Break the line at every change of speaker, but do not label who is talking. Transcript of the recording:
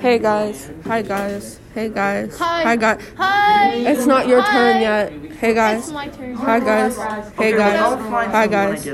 Hey guys. Hi guys. Hey guys.
Hi.
guys.
Hi.
It's not your
Hi.
turn yet. Hey guys.
It's my turn.
Hi guys. Hey
Okay,
guys.
well, I'll
Hi
find someone when I
guys.
get